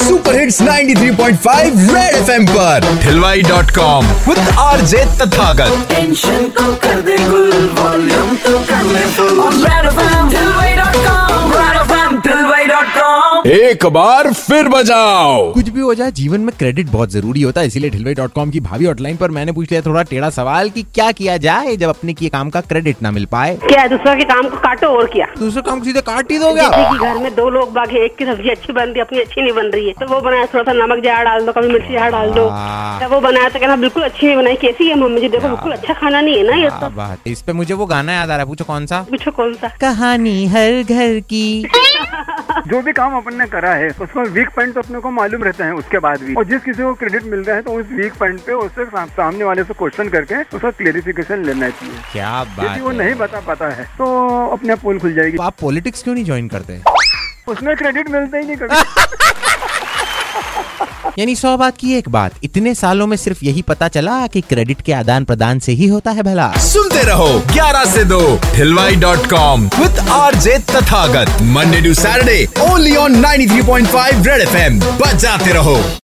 Super hits 93.5 Red FM पर हिलवाई dot com with R J Tathagat tension को कर दे गुल वॉल्यूम तो कर ले फुल ऑन रेड एफएम दिलवाई डॉट कॉम रेड एफएम दिलवाई डॉट कॉम एक बार फिर बजाओ कुछ भी हो जाए जीवन में क्रेडिट बहुत जरूरी होता है इसीलिए ढिलवे डॉट कॉम की भाभी हॉटलाइन पर मैंने पूछ लिया थोड़ा टेढ़ा सवाल कि क्या किया जाए जब अपने किए काम का क्रेडिट ना मिल पाए क्या है दूसरों के काम को काटो और क्या दूसरे काम को सीधे काट ही दोगे जैसे कि घर में दो लोग बाकी एक की सब्जी अच्छी बन रही अपनी अच्छी नहीं बन रही है तो वो बनाया थोड़ा सा नमक जहाँ डाल दो कभी मिर्ची जहाँ डाल दो वाह। तो वो बनाया तो कहना बिल्कुल अच्छी नहीं बनाई कैसी है मम्मी जी देखो बिल्कुल अच्छा खाना नहीं है ना ये क्या तो बात इस पे मुझे वो गाना याद आ रहा है पूछो कौन सा पूछो कौन सा कहानी हर घर की जो भी काम अपन ने करा है उसमें वीक पॉइंट तो अपने को मालूम रहता है उसके बाद भी और जिस किसी को क्रेडिट मिल रहा है तो उस वीक पॉइंट पे उससे साम- सामने वाले से क्वेश्चन करके उसका क्लेरिफिकेशन लेना चाहिए क्या यदि वो बात है। नहीं बता पाता है तो अपने आप पोल खुल जाएगी तो आप पॉलिटिक्स क्यों नहीं ज्वाइन करते उसमें क्रेडिट मिलता ही नहीं कभी यानी सौ बात की एक बात इतने सालों में सिर्फ यही पता चला कि क्रेडिट के आदान प्रदान से ही होता है भला सुनते रहो 11 से 2 हिलवाई dot com with R J Tathagat Monday to Saturday only on 93.5 Red FM बजाते रहो